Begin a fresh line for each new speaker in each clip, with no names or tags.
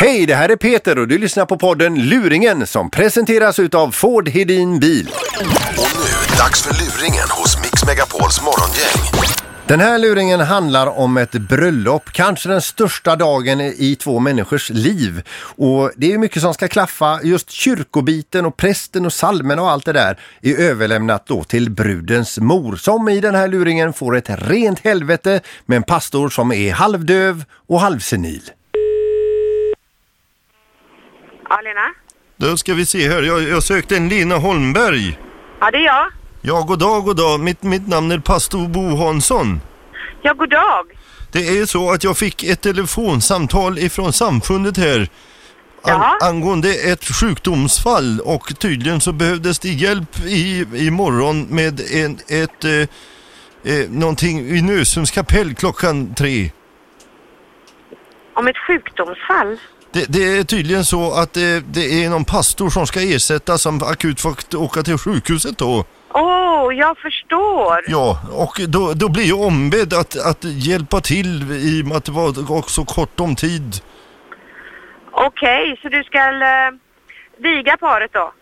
Hej, det här är Peter och du lyssnar på podden Luringen som presenteras utav Ford Hedin Bil.
Och nu, dags för luringen hos Mix Megapols morgongäng.
Den här luringen handlar om ett bröllop, kanske den största dagen i två människors liv. Och det är mycket som ska klaffa, just kyrkobiten och prästen och salmen och allt det där är överlämnat då till brudens mor som i den här luringen får ett rent helvete med en pastor som är halvdöv och halvsenil.
Ja, Lena?
Då ska vi se här. Jag, jag sökte en Lina Holmberg.
Ja, det är jag.
Ja, god dag, god dag. Mitt, mitt namn är pastor Bo Hansson.
Ja, god dag.
Det är så att jag fick ett telefonsamtal ifrån samfundet här
Jaha.
angående ett sjukdomsfall och tydligen så behövdes det hjälp i, imorgon med en, ett eh, eh, någonting i Nösums kapell klockan tre.
Om ett sjukdomsfall?
Det, det är tydligen så att det, det är någon pastor som ska ersättas som akut får åka till sjukhuset då.
Åh, oh, jag förstår.
Ja, och då, då blir jag ombedd att, att hjälpa till i och med att det var också kort om tid.
Okej, så du ska eh, viga paret då?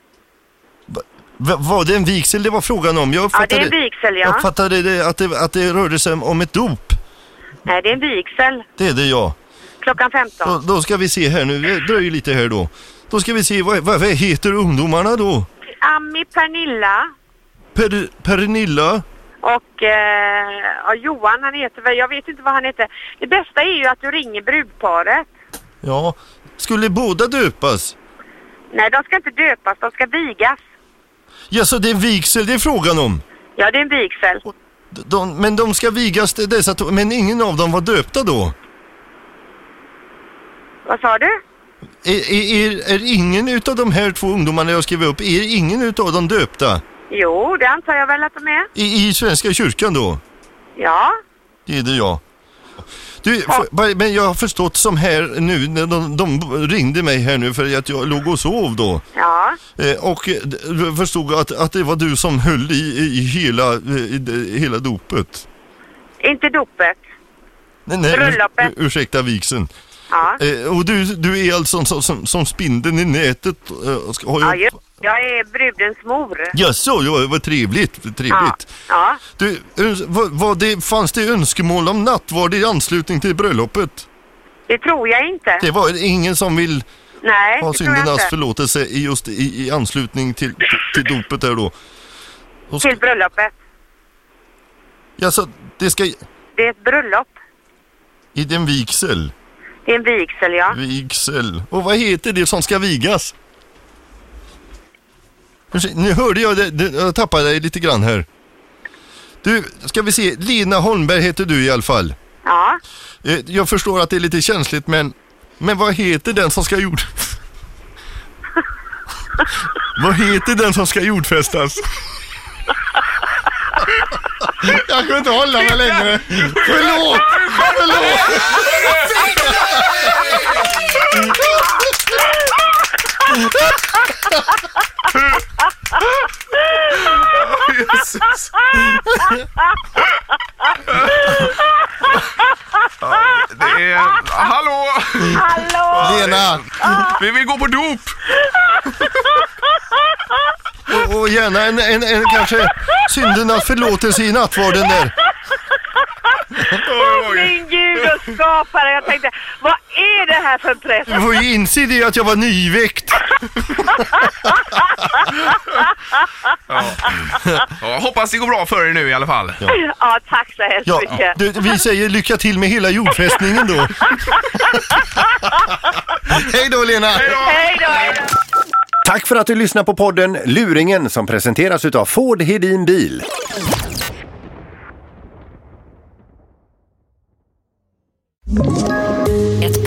Va, var det en vigsel det var frågan om? Jag
Ja,
uppfattade,
det är en vigsel,
Jag
ja.
uppfattade det, att, det, att det rörde sig om ett dop.
Nej, det är en vigsel.
Det är det ja.
Klockan 15.
Då, då ska vi se här nu, det dröjer lite här då. Då ska vi se, vad, vad, vad heter ungdomarna då?
Ami, Pernilla
Per, Pernilla?
och eh, ja, Johan, han heter väl, jag vet inte vad han heter. Det bästa är ju att du ringer brudparet.
Ja. Skulle båda döpas?
Nej, de ska inte döpas, de ska vigas.
Ja, så det är vigsel det är frågan om?
Ja, det är en vigsel.
De, men de ska vigas till dessa to- men ingen av dem var döpta då?
Vad sa du?
Är, är, är, är ingen utav de här två ungdomarna jag skrev upp, är ingen utav dem döpta?
Jo, det antar jag väl att de är.
I, i Svenska kyrkan då?
Ja.
Det är det jag. Du, för, bara- men jag har förstått som här nu, när de, de ringde mig här nu för att jag låg och sov då.
Ja.
Eh, och eh, d- jag förstod att, att det var du som höll i, i, i, hela, eh, i det- hela dopet.
Inte dopet.
Nej, nej, ur-
Bröllopet.
ur- ursäkta vigseln.
Ja.
Eh, och du, du är alltså som, som, som spindeln i nätet. Eh, ska- har
Ja,
jag...
just. Jag är brudens mor.
Jaså, ja, vad trevligt. Vad
Ja.
trevligt.
ja.
Du, öns- vad, vad det, fanns det önskemål om nattvard i anslutning till bröllopet?
Det tror jag inte.
Det var ingen som vill
Nej,
ha
det tror jag
syndernas
inte.
förlåtelse i just i, i anslutning till, till dopet där då. då ska,
Till bröllopet.
alltså, det ska...
Det är ett bröllop.
I den vigsel.
Det är en vigsel, ja.
Vigsel. Och vad heter det som ska vigas? Ursäkta, Nu hörde jag det, det, jag tappade dig lite grann här. Du, ska vi se, Lina Holmberg heter du i alla fall.
Ja.
Eh, Jag förstår att det är lite känsligt men, men vad heter den som ska jord... vad heter den som ska jordfästas? jag kunde inte hålla mig längre. Förlåt! Förlåt! Jesus.
Det är... Hallå!
Hallå!
Lena,
Vi vill gå på dop!
och, och gärna en, en, en kanske syndernas förlåtelse i nattvarden där.
Oj, oj.
Min gud och skapare! Jag tänkte, vad är det här för en press?
Du får ju inse det att jag var nyväckt.
Ja, jag hoppas det går bra för er nu i alla fall.
Ja, tack så hemskt
Ja,
mycket.
du, vi säger lycka till med hela jordfästningen då. Hej då Lena!
Hej då! Hej då.
Tack för att du lyssnar på podden Luringen som presenteras utav Ford Hedin Bil.
Ett